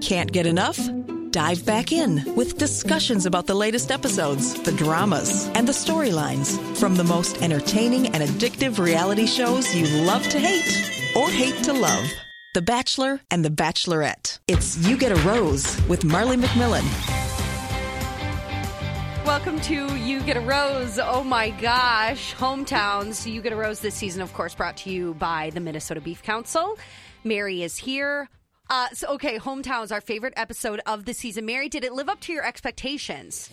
Can't get enough? Dive back in with discussions about the latest episodes, the dramas, and the storylines from the most entertaining and addictive reality shows you love to hate or hate to love. The Bachelor and The Bachelorette. It's You Get a Rose with Marley McMillan. Welcome to You Get a Rose. Oh my gosh, hometowns. You Get a Rose this season, of course, brought to you by the Minnesota Beef Council. Mary is here. Uh, so, okay, hometowns, our favorite episode of the season. Mary, did it live up to your expectations?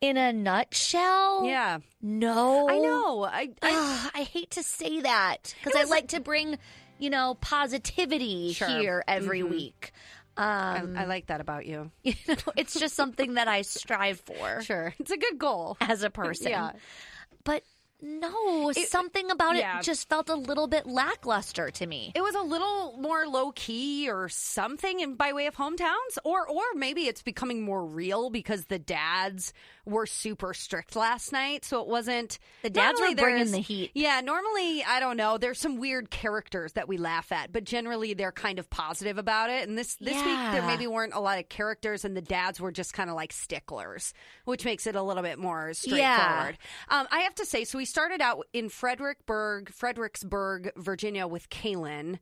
in a nutshell? Yeah. No. I know. I, I Ugh, I hate to say that because I like to bring, you know, positivity Sure. here every week. I, Um, I like that about you. you know, it's just something that I strive for Sure, it's a good goal. as a person. Yeah. But no, something about yeah. it just felt a little bit lackluster to me. It was a little more low key or something in, by way of hometowns, or or maybe it's becoming more real because the dads were super strict last night, so it wasn't. The dads normally were bringing there's- the heat. Yeah, normally I don't know. There's some weird characters that we laugh at, but generally they're kind of positive about it. And this this week there Yeah. maybe weren't a lot of characters, and the dads were just kind of like sticklers, which makes it a little bit more straightforward. Um, I have to say, so we started out in Frederickburg, Fredericksburg, Virginia, with Kaylin.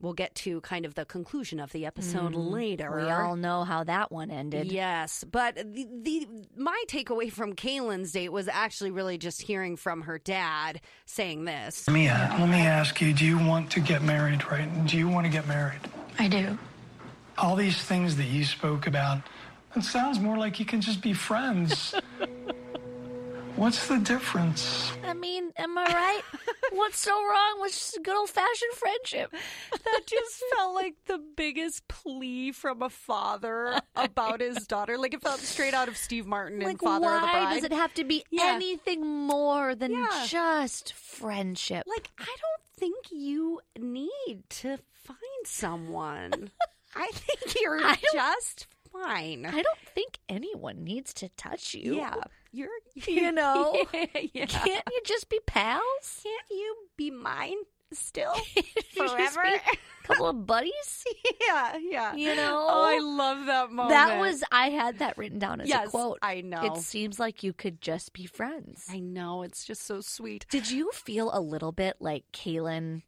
We'll get to kind of the conclusion of the episode later. Mm-hmm. We all know how that one ended. Yes, but the, the my takeaway from Kaylin's date was actually really just hearing from her dad saying this. Let me, uh, let me ask you, do you want to get married, right? Do you want to get married? I do. All these things that you spoke about, it sounds more like you can just be friends. What's the difference? I mean, am I right? What's so wrong with just good old fashioned friendship? That just felt like the biggest plea from a father about his daughter. Like it felt straight out of Steve Martin and like Father why of the Bride. does it have to be Yeah. anything more than Yeah. just friendship like I don't think you need to find someone. I think you're I don't- just fine. i don't think anyone needs to touch you yeah, you're. you know yeah. can't you just be pals Can't you be mine still Just be forever? a couple of buddies yeah, yeah. You know? oh, I love that moment. that was i had that written down as Yes, a quote I know. it seems like you could just be friends I know it's just so sweet. did you feel a little bit like kaylin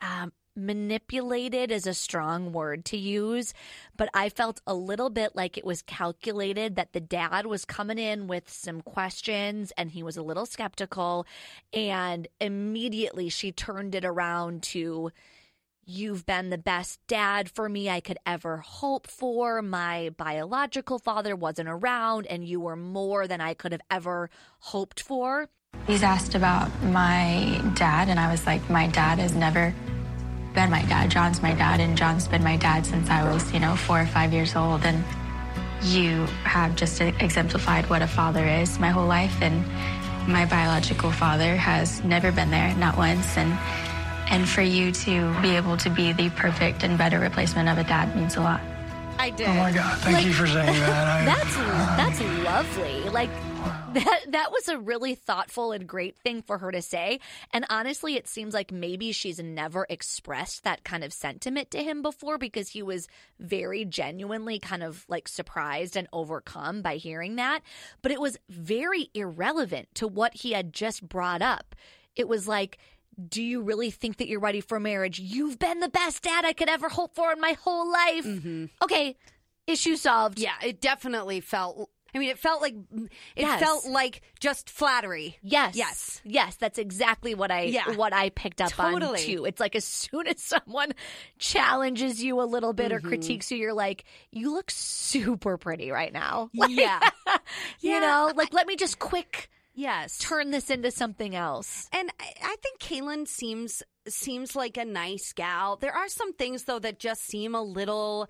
um Manipulated is a strong word to use, but I felt a little bit like it was calculated that the dad was coming in with some questions and he was a little skeptical. And immediately she turned it around to, You've been the best dad for me I could ever hope for. My biological father wasn't around, and you were more than I could have ever hoped for. He's asked about my dad, and I was like, my dad has never been my dad. John's my dad, and John's been my dad since I was, you know, four or five years old. And you have just exemplified what a father is my whole life. And my biological father has never been there, not once. And and for you to be able to be the perfect and better replacement of a dad means a lot. I did. Oh my God, thank you for saying that. I, That's that's lovely. Like that that was a really thoughtful and great thing for her to say. And honestly, it seems like maybe she's never expressed that kind of sentiment to him before because he was very genuinely kind of like surprised and overcome by hearing that. But it was very irrelevant to what he had just brought up. It was like do you really think that you're ready for marriage? You've been the best dad I could ever hope for in my whole life. Okay, issue solved. Yeah, it definitely felt. I mean, it felt like it Yes. felt like just flattery. Yes. Yes. Yes, that's exactly what I Yeah. what I picked up on Totally. too. It's like as soon as someone challenges you a little bit Mm-hmm. or critiques you, you're like, you look super pretty right now. Like, Yeah. Yeah, You know, like let me just quick Yes. turn this into something else. And I, I think Kaylin seems seems like a nice gal. There are some things though that just seem a little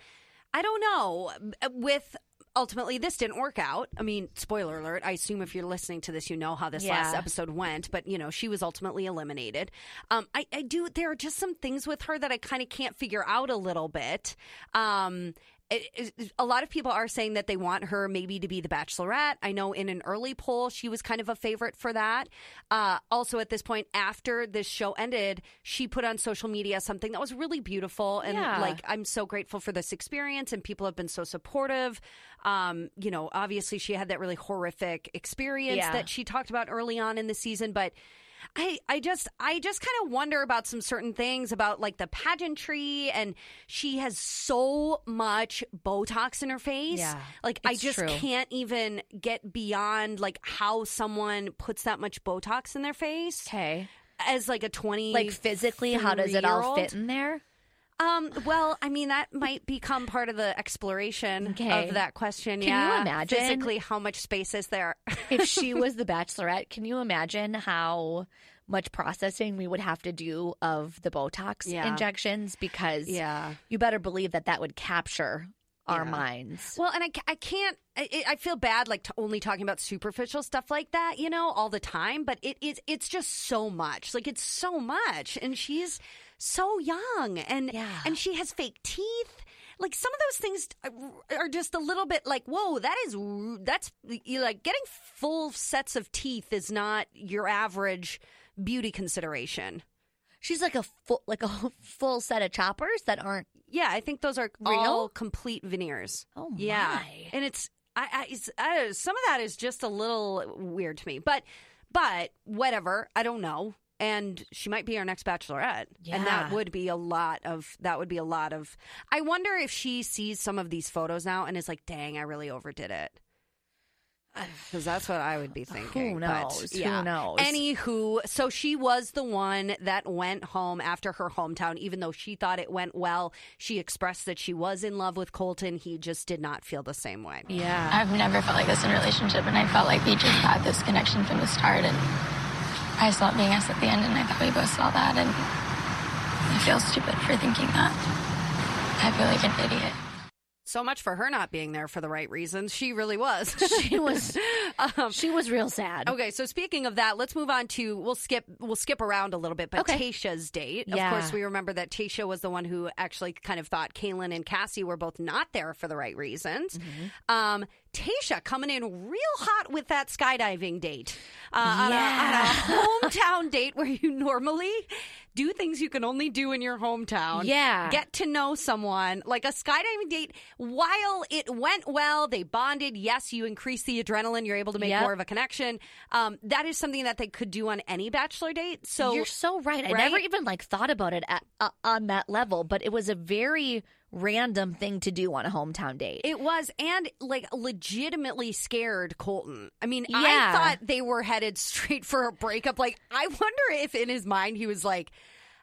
I don't know with ultimately this didn't work out. I mean, spoiler alert, I assume if you're listening to this you know how this last Yeah. episode went, but you know, she was ultimately eliminated. Um I, I do there are just some things with her that I kind of can't figure out a little bit. Um it, it- a lot of people are saying that they want her maybe to be the bachelorette. I know in an early poll, she was kind of a favorite for that. Uh, also, at this point, after this show ended, she put on social media something that was really beautiful. And Yeah. like, I'm so grateful for this experience, and people have been so supportive. Um, you know, obviously, she had that really horrific experience Yeah. that she talked about early on in the season, but. I, I just I just kind of wonder about some certain things about like the pageantry and she has so much Botox in her face. Yeah, like I it's just true. can't even get beyond like how someone puts that much Botox in their face Okay. as like a twenty Like physically, how does it all fit in there? Um, well, I mean that might become part of the exploration Okay. of that question. Can you yeah, imagine? physically how much space is there? if she was the bachelorette, can you imagine how much processing we would have to do of the Botox Yeah. injections? Because Yeah. you better believe that that would capture our minds. Well, and I, ca- I can't, I, I- I feel bad like t- only talking about superficial stuff like that, you know, all the time, but it is, it's just so much. Like it's so much. And she's so young and, Yeah. and she has fake teeth. Like some of those things uh, are- are just a little bit like, whoa, that is, r- that's you like getting full sets of teeth is not your average beauty consideration. She's like a full, like a full set of choppers that aren't. Yeah, I think those are Real? all complete veneers. Oh, yeah, my. and it's I, I, it's I some of that is just a little weird to me, but but whatever, I don't know. And she might be our next bachelorette, and that Yeah. would be a lot of that would be a lot of. I wonder if she sees some of these photos now and is like, "Dang, I really overdid it." Because that's what I would be thinking. but knows? Who yeah. knows? Anywho, so she was the one that went home after her hometown, even though she thought it went well. She expressed that she was in love with Colton. He just did not feel the same way. Yeah. I've never felt like this in a relationship, and I felt like we just had this connection from the start. And I saw it being us at the end, and I thought we both saw that. And I feel stupid for thinking that. I feel like an idiot. So much for her not being there for the right reasons. She really was. She was. she was real sad. Um, Okay, so speaking of that, let's move on to we'll skip we'll skip around a little bit, but Okay. Tasha's date. Yeah. Of course, we remember that Tasha was the one who actually kind of thought Kaylin and Cassie were both not there for the right reasons. Mm-hmm. Um, Tasha coming in real hot with that skydiving date uh, on a- on, a, hometown date where you normally do things you can only do in your hometown. Yeah. get to know someone like a skydiving date. While it went well, they bonded. Yes, you increase the adrenaline. You're able to make Yep. more of a connection. Um, that is something that they could do on any bachelor date. So You're so right. I never Right? even like thought about it at, uh, on that level, but it was a very random thing to do on a hometown date. it was, and like legitimately scared Colton. I mean, Yeah. I thought they were headed straight for a breakup. Like, I wonder if in his mind he was like,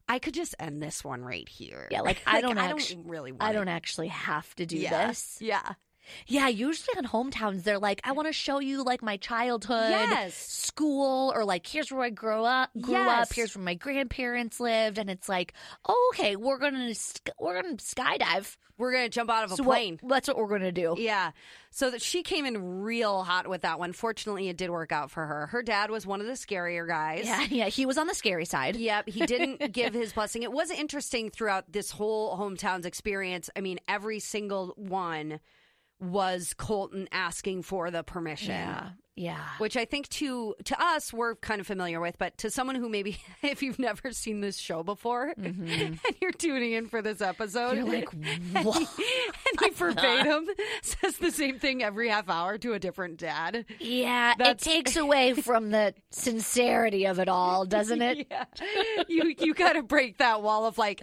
I could just end this one right here. Yeah, like, I don't actu- really want I it. don't actually have to do yeah. this. Yeah. Yeah, usually on hometowns, they're like, I want to show you like my childhood, Yes. school, or like here's where I grew up, grew Yes. up, here's where my grandparents lived, and it's like, oh, okay, we're gonna sk- we're gonna skydive. We're going to jump out of a So what- plane. that's what we're gonna do. Yeah. So that she came in real hot with that one. Fortunately, it did work out for her. Her dad was one of the scarier guys. Yeah, yeah. He was on the scary side. Yep, he didn't give his blessing. It was interesting throughout this whole hometown's experience. I mean, every single one was Colton asking for the permission. yeah, yeah. Which I think to to us we're kind of familiar with, but to someone who maybe if you've never seen this show before and you're tuning in for this episode, Mm-hmm. You're like, and what? he Uh-huh. verbatim says the same thing every half hour to a different dad. Yeah, That's- it takes away from the sincerity of it all, doesn't it? Yeah, you you got to break that wall of like,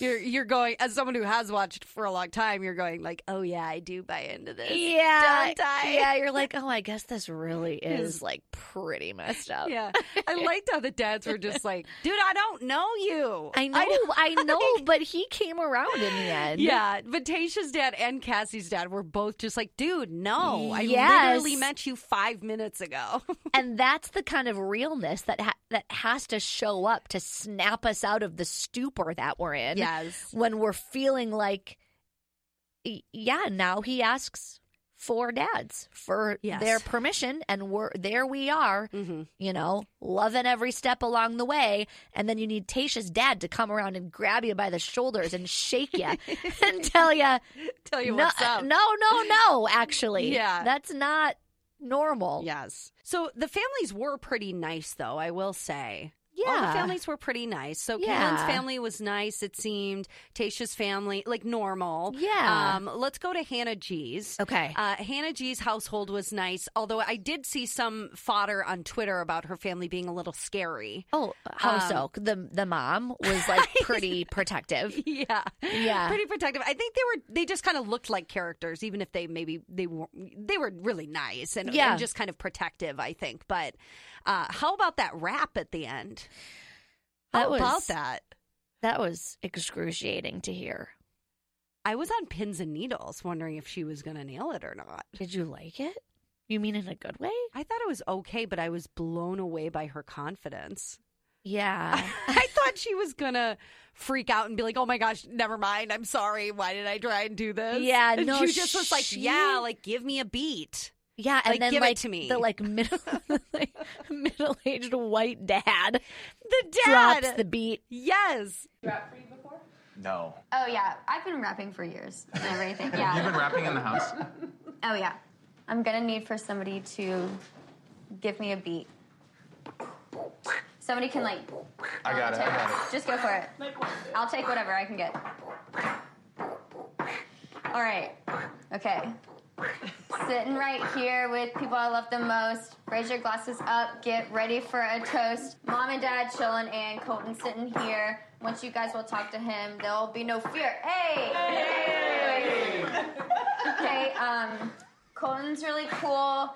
you're you're going as someone who has watched for a long time. You're going like, oh yeah, I do buy into this. Yeah, don't I? yeah. You're like, oh, I guess this really is like pretty messed up. Yeah, I liked how the dads were just like, dude, I don't know you. I know, don't- I, know, but he came around in the end. Yeah, but Tasha's dad and Cassie's dad were both just like, dude, no, I Yes. literally met you five minutes ago. and that's the kind of realness that ha- that has to show up to snap us out of the stupor that we're in. Yes. when we're feeling like, y- yeah, now he asks for dads for Yes. Mm-hmm. their permission and we're there we are you know loving every step along the way and then you need tasha's dad to come around and grab you by the shoulders and shake you and tell you Tell you no, what's up. no no no actually Yeah. that's not normal Yes. So the families were pretty nice, though, I will say. All the Yeah. families were pretty nice. So Yeah. Caitlin's family was nice, it seemed. Tasha's family, like normal. Yeah. Um, let's go to Hannah G's. Okay. Uh, Hannah G's household was nice, although I did see some fodder on Twitter about her family being a little scary. oh how so the the mom was like pretty protective Yeah, Yeah. pretty protective. I think they were. They just kind of looked like characters, even if they maybe they were they were really nice and, Yeah. and just kind of protective. I think. But uh, how about that rap at the end? How That was- about that? that was excruciating to hear I was on pins and needles, wondering if she was going to nail it or not. did you like it you mean in a good way I thought it was okay, but I was blown away by her confidence. yeah I thought she was gonna freak out and be like, "Oh my gosh, never mind. I'm sorry. Why did I try and do this?" Yeah, and no, She just was like, she- "Yeah, like give me a beat." Yeah, and Like, then give it like to me. the like middle like, middle aged white dad, The dad. drops the beat. yes. No. Oh yeah, I've been rapping for years and everything. Yeah. You've been rapping in the house? Oh yeah. I'm gonna need for somebody to give me a beat. Somebody can like I got it, I got it. just go for it. I'll take whatever I can get. All right. Okay. Sitting right here with people I love the most. Raise your glasses up. Get ready for a toast. Mom and Dad chilling, and Colton sitting here. Once you guys will talk to him, there'll be no fear. Hey. okay. Um, Colton's really cool.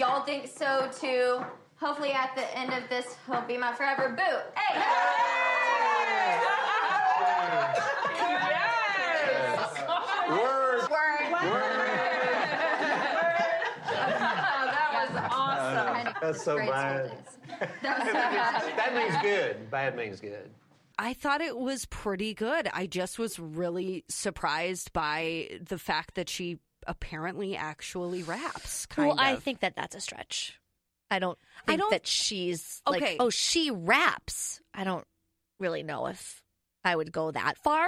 Y'all think so too. Hopefully, at the end of this, he'll be my forever boo. Hey. Word. Word. Oh, That's so Grade bad. school days. That was so bad. That means good. Bad means good. I thought it was pretty good. I just was really surprised by the fact that she apparently actually raps. Kind Well, of. I think that that's a stretch. I don't. Think don't- that she's like, Okay. Oh, she raps. I don't really know if I would go that far.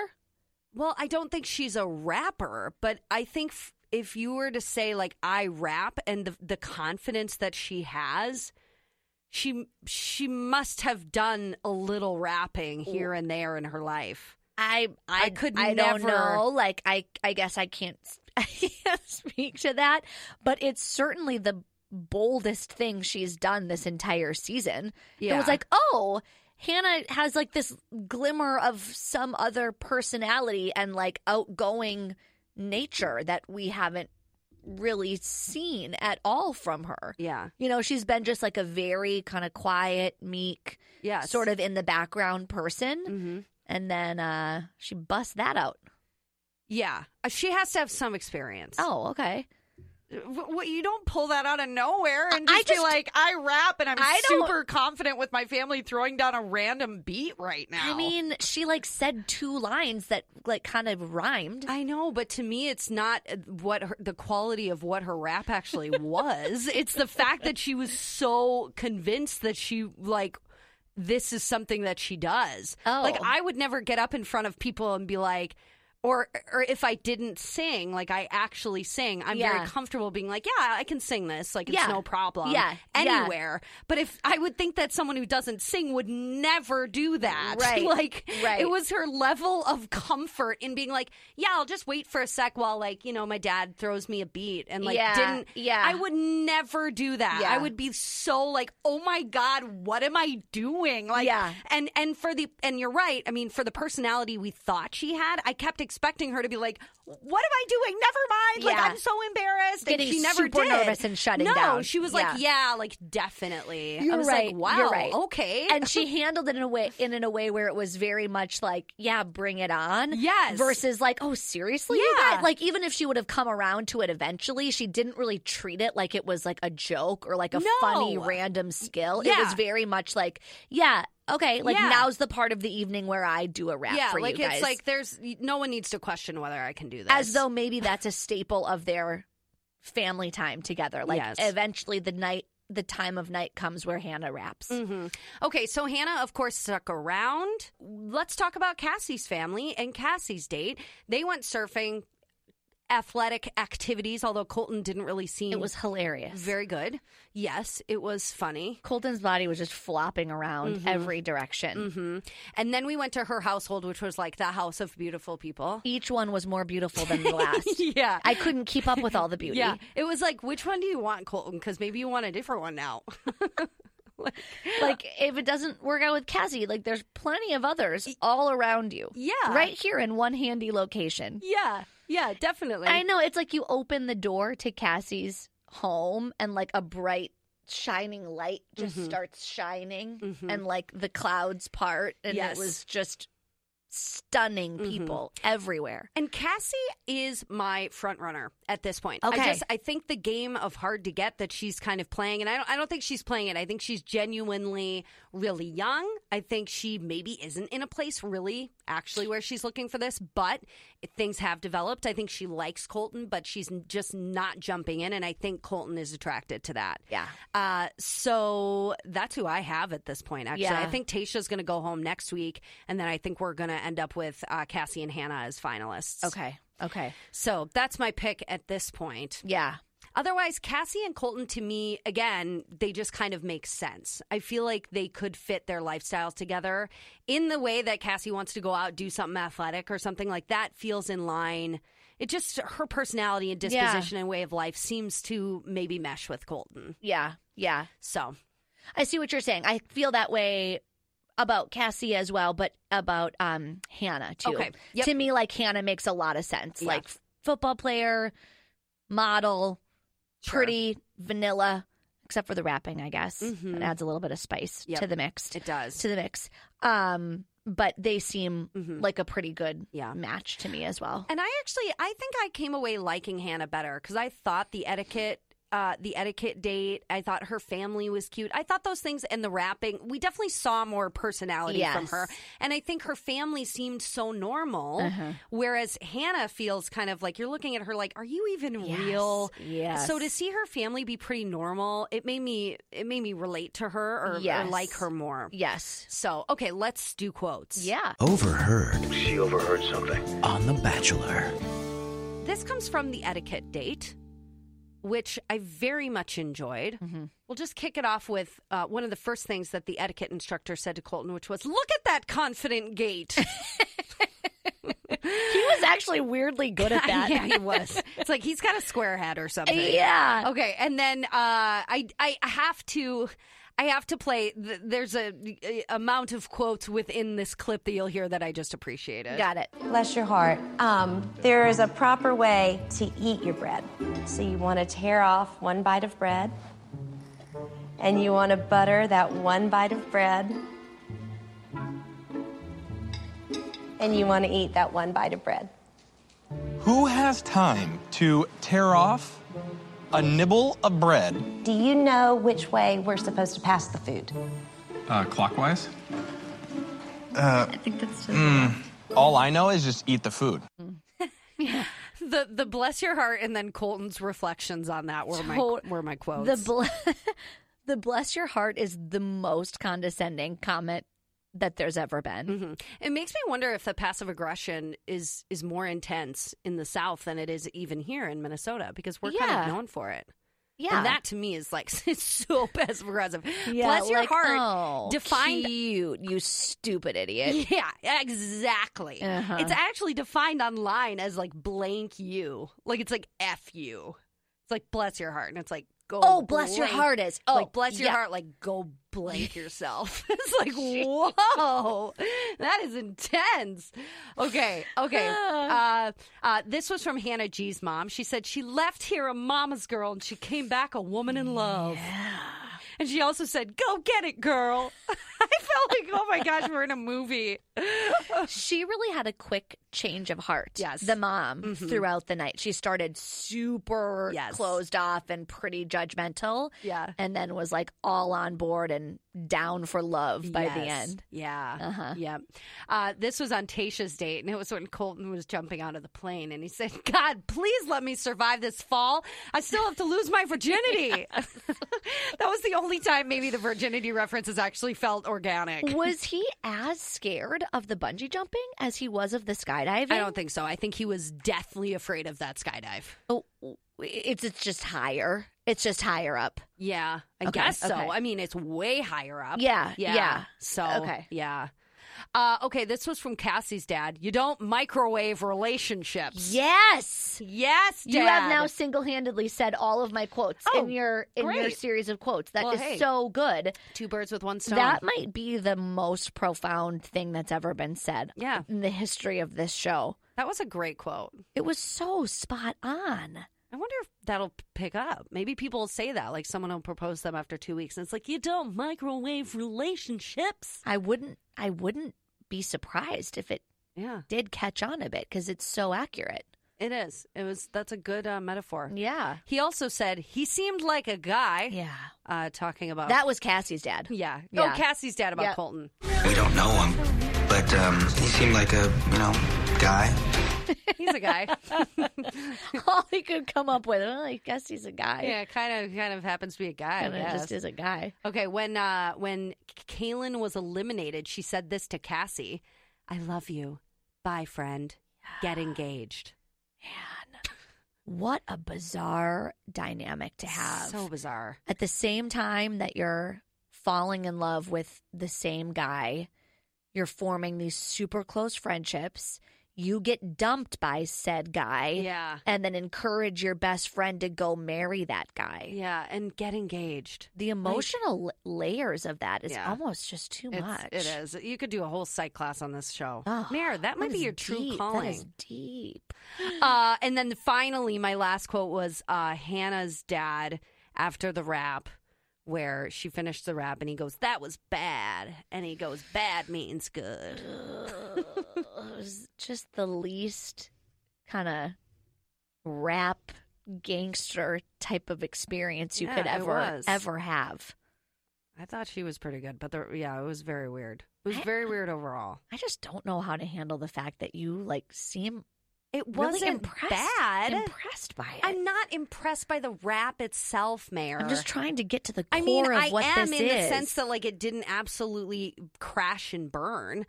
Well, I don't think she's a rapper, but I think f- if you were to say like I rap and the the confidence that she has, she she must have done a little rapping here and there in her life. I I, could I never- don't know. Like I I guess I can't s- I can't speak to that, but it's certainly the boldest thing she's done this entire season. It Yeah. was like, "Oh, Hannah has like this glimmer of some other personality and like outgoing nature that we haven't really seen at all from her." Yeah. You know, she's been just like a very kind of quiet, meek, Yes. sort of in the background person. And then uh, she busts that out. Yeah, Uh, she has to have some experience. Oh, okay. W- w- you don't pull that out of nowhere and I- I just, be just- like, I rap and I'm I don't- super confident with my family throwing down a random beat right now. I mean, she like said two lines that like kind of rhymed. I know, but to me, it's not uh, what her, the quality of what her rap actually was. it's the fact that she was so convinced that she like this is something that she does. Oh. Like I would never get up in front of people and be like. Or, or if I didn't sing, like I actually sing, I'm Yeah. very comfortable being like, yeah, I can sing this, like it's Yeah. no problem, Yeah. Yeah. anywhere. But if I would think that someone who doesn't sing would never do that, Right. like Right. it was was her level of comfort in being like, yeah, I'll just wait for a sec while like, you know, my dad throws me a beat and like Yeah, didn't yeah. I would never do that. Yeah. I would be so like, "Oh my god, what am I doing?" Like Yeah. and and for the and you're right. I mean, for the personality we thought she had, I kept expecting her to be like, "What am I doing? Never mind." Yeah. Like I'm so embarrassed. Getting and she never super did. nervous and shutting no, down. she was like, "Yeah, like definitely." You're I was right. like, "Wow, You're right. okay." and she handled it in a way in, in a way where it was very much like, yeah, bring it on. Yes. Versus like, oh, seriously? you Yeah. guys?" Like even if she would have come around to it eventually, she didn't really treat it like it was like a joke or like a No. funny random skill. It Yeah. was very much like, yeah, okay, like Yeah. now's the part of the evening where I do a rap yeah, for like you guys. it's like there's no one needs to question whether I can do this. as though maybe that's a staple of their family time together. Like Yes. eventually the night the time of night comes where Hannah raps. Okay, so Hannah, of course, stuck around. Let's talk about Cassie's family and Cassie's date. They went surfing, athletic activities, although Colton didn't really seem It was hilarious. Mm-hmm. very good. Yes, it was funny. Colton's body was just flopping around Mm-hmm. every direction. And then we went to her household, which was like the house of beautiful people. Each one was more beautiful than the last. Yeah. I couldn't keep up with all the beauty. Yeah, it was like, which one do you want, Colton? Because maybe you want a different one now. Like if it doesn't work out with Cassie, like there's plenty of others all around you. Yeah. Right here in one handy location. yeah, yeah, definitely. I know it's like you open the door to Cassie's home and like a bright shining light just Mm-hmm. starts shining and like the clouds part and Yes. Mm-hmm. it was just stunning people everywhere. And Cassie is my front runner at this point. Okay. I just I think the game of hard to get that she's kind of playing, and I don't I don't think she's playing it. I think she's genuinely really young. I think she maybe isn't in a place really actually where she's looking for this, but things have developed. I think she likes Colton, but she's n- just not jumping in, and I think Colton is attracted to that. Yeah. Uh, so that's who I have at this point. Actually, Yeah. I think Tasha's going to go home next week, and then I think we're going to end up with uh, Cassie and Hannah as finalists. Okay. Okay. So that's my pick at this point. Yeah. Otherwise, Cassie and Colton, to me, again, they just kind of make sense. I feel like they could fit their lifestyles together in the way that Cassie wants to go out, do something athletic or something like that, feels in line. It just, her personality and Yeah. disposition and way of life seems to maybe mesh with Colton. Yeah. Yeah. So, I see what you're saying. I feel that way about Cassie as well, but about um Hannah too. Okay. Yep. To me, like Hannah makes a lot of sense. Yeah. Like f- football player, model, Sure. pretty vanilla, except for the wrapping, I guess. Mhm. It adds a little bit of spice Yep. to the mix. It does. To the mix. Um, but they seem Mhm. like a pretty good Yeah. match to me as well. And I actually, I think I came away liking Hannah better because I thought the etiquette. Uh, the etiquette date. I thought her family was cute. I thought those things and the rapping. We definitely saw more personality from Yes. her, and I think her family seemed so normal. Uh-huh. Whereas Hannah feels kind of like you're looking at her like, are you even Yes, real? yes. So to see her family be pretty normal, it made me it made me relate to her or, or Yes. like her more. Yes. So okay, let's do quotes. Yeah. Overheard. She overheard something. On The Bachelor. This comes from the etiquette date, which I very much enjoyed. Mm-hmm. We'll just kick it off with uh, one of the first things that the etiquette instructor said to Colton, which was, "Look at that confident gait." He was actually weirdly good at that. yeah, he was. It's like he's got a square head or something. Yeah. Okay, and then uh, I I have to. I have to play. th- There's a, a amount of quotes within this clip that you'll hear that I just appreciated. Got it. Bless your heart. Um, there is a proper way to eat your bread. So you want to tear off one bite of bread, and you want to butter that one bite of bread, and you want to eat that one bite of bread. Who has time to tear off a nibble of bread? Do you know which way we're supposed to pass the food? Uh, clockwise? I think that's just. Uh, All I know is just eat the food. The the bless your heart and then Colton's reflections on that were my Tot- were my quotes. The bl- the bless your heart is the most condescending comment that there's ever been. It makes me wonder if the passive aggression is is more intense in the South than it is even here in Minnesota because we're kind of Yeah. known for it. Yeah. And that to me is like it's so passive aggressive. yeah, Bless your like, heart. Oh, defined- cute, you stupid idiot. Yeah, exactly. Uh-huh. It's actually defined online as like blank you. Like it's like F you. It's like bless your heart. And it's like go Oh, bless your blank- heart is. Oh, like bless your yeah. heart, like go blank yourself. it's like whoa, that is intense. Okay, okay. Ah. Uh, uh, this was from Hannah G's mom. She said she left here a mama's girl and she came back a woman in love. And she also said, "Go get it, girl." I felt like, oh my gosh, we're in a movie. She really had a quick change of heart. Yes. Mm-hmm. The mom throughout the night. She started super Yes. closed off and pretty judgmental. Yeah. And then was like all on board and down for love by the Yes. end. Yeah. Yeah. Uh, this was on Tasha's date, and it was when Colton was jumping out of the plane, and he said, God, please let me survive this fall. I still have to lose my virginity. that was the only time maybe the virginity references actually felt organic. Was he as scared of the bungee jumping as he was of the skydiving? I don't think so. I think he was deathly afraid of that skydive. Oh, it's it's just higher. It's just higher up. Yeah, I Okay, guess so. okay. I mean, it's way higher up. Yeah, yeah. yeah. So, Okay. yeah. Uh, okay, this was from Cassie's dad. You don't microwave relationships. Yes. Yes, You have Dad. now single-handedly said all of my quotes in your in your great. series of quotes. That Well, is hey. so good. Two birds with one stone. That might be the most profound thing that's ever been said Yeah. in the history of this show. That was a great quote. It was so spot on. I wonder if that'll p- pick up. Maybe people will say that, like someone will propose them after two weeks, and it's like you don't microwave relationships. I wouldn't I wouldn't be surprised if it Yeah, did catch on a bit cuz it's so accurate. it is. It was. That's a good uh, metaphor. Yeah. He also said he seemed like a guy. Yeah. Uh, talking about That was Cassie's dad. Yeah. Yeah. Oh, Cassie's dad about Yeah. Colton. We don't know him, but um, he seemed like a, you know, guy. He's a guy. All he could come up with, well, I guess he's a guy. yeah, kind of, kind of happens to be a guy. And I it just guess. is a guy. Okay, when uh, when Kaylin was eliminated, she said this to Cassie: "I love you. Bye, friend. Get engaged." What a bizarre dynamic to have. So bizarre. At the same time that you're falling in love with the same guy, you're forming these super close friendships. You get dumped by said guy. Yeah. And then encourage your best friend to go marry that guy. Yeah, and get engaged. The emotional la- layers of that is Yeah. almost just too It's- much. It is. You could do a whole psych class on this show. Oh, Mare, that might that be is your true deep. calling. That is deep. uh, and then finally, my last quote was uh, Hannah's dad after the rap, where she finished the rap and he goes, That was bad. And he goes, Bad means good. It was just the least kind of rap gangster type of experience you Yeah, could it ever was. ever have. I thought she was pretty good, but the, yeah, it was very weird. It was very weird overall. I just don't know how to handle the fact that you like seem It really wasn't impressed, bad. Impressed by it. I'm not impressed by the rap itself, Mayor. I'm just trying to get to the core I mean, of I what am this in is. the sense that like it didn't absolutely crash and burn.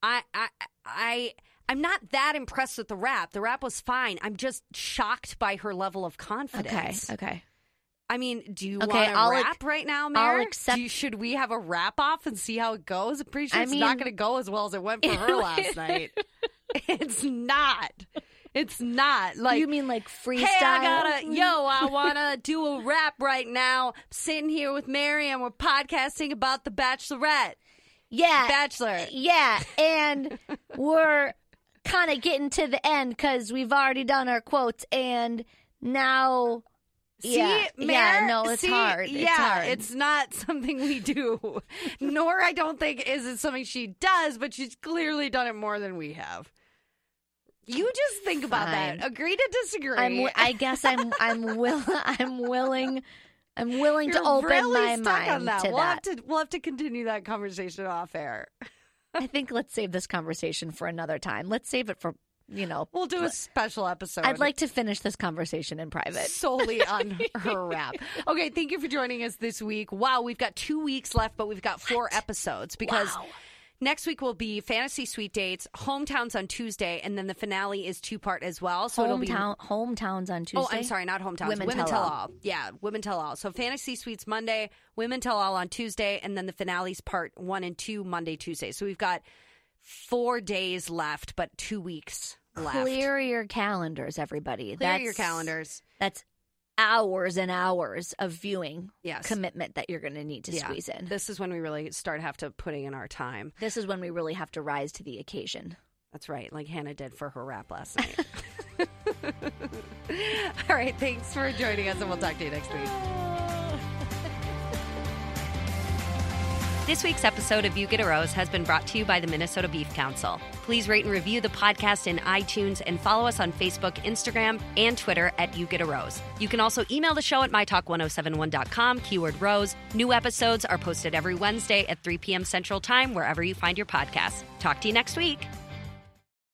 I, I, I, I'm not that impressed with the rap. The rap was fine. I'm just shocked by her level of okay, confidence. okay. I mean, do you Okay, want to I'll ac- rap right now, I'll Mayor? accept- Do you- should we have a rap off and see how it goes? I'm pretty sure I it's not mean- going to go as well as it went for her last night. It's not. It's not like you mean like freestyle? Hey, I gotta, yo, I wanna do a rap right now. I'm sitting here with Mary and we're podcasting about The Bachelorette. yeah, Bachelor. Yeah, and we're kind of getting to the end because we've already done our quotes, and now, See, yeah, Mare? yeah, no, it's See? hard. Yeah, it's hard. not something we do. Nor, I don't think, is it something she does, but she's clearly done it more than we have. You just think about that. Fine. Agree to disagree. I'm, wi- I guess I'm, I'm will, I'm willing, I'm willing You're to open really my stuck mind on that. to we'll that. Have to, we'll have to continue that conversation off air. I think let's save this conversation for another time. Let's save it for, you know, We'll do a special episode. I'd like to finish this conversation in private. solely on her rap. Okay, thank you for joining us this week. Wow, we've got two weeks left, but we've got four episodes because. Next week will be fantasy suite dates, hometowns on Tuesday, and then the finale is two part as well. So it'll be Hometown, hometowns on Tuesday. Oh, I'm sorry, not hometowns. Women Women, Tell tell, All. all. Yeah, women tell all. So fantasy suites Monday, women tell all on Tuesday, and then the finales part one and two Monday, Tuesday. So we've got four days left, but two weeks left. Clear your calendars, everybody. Clear your That's- calendars. That's hours and hours of viewing Yes. commitment that you're going to need to Yeah. squeeze in. This is when we really start have to putting in our time. This is when we really have to rise to the occasion. That's right, like Hannah did for her rap last night. All right, thanks for joining us, and we'll talk to you next week. This week's episode of You Get a Rose has been brought to you by the Minnesota Beef Council. Please rate and review the podcast in iTunes and follow us on Facebook, Instagram, and Twitter at You Get a Rose. You can also email the show at mytalk1071.com, keyword rose. New episodes are posted every Wednesday at 3 p.m. Central Time, wherever you find your podcasts. Talk to you next week.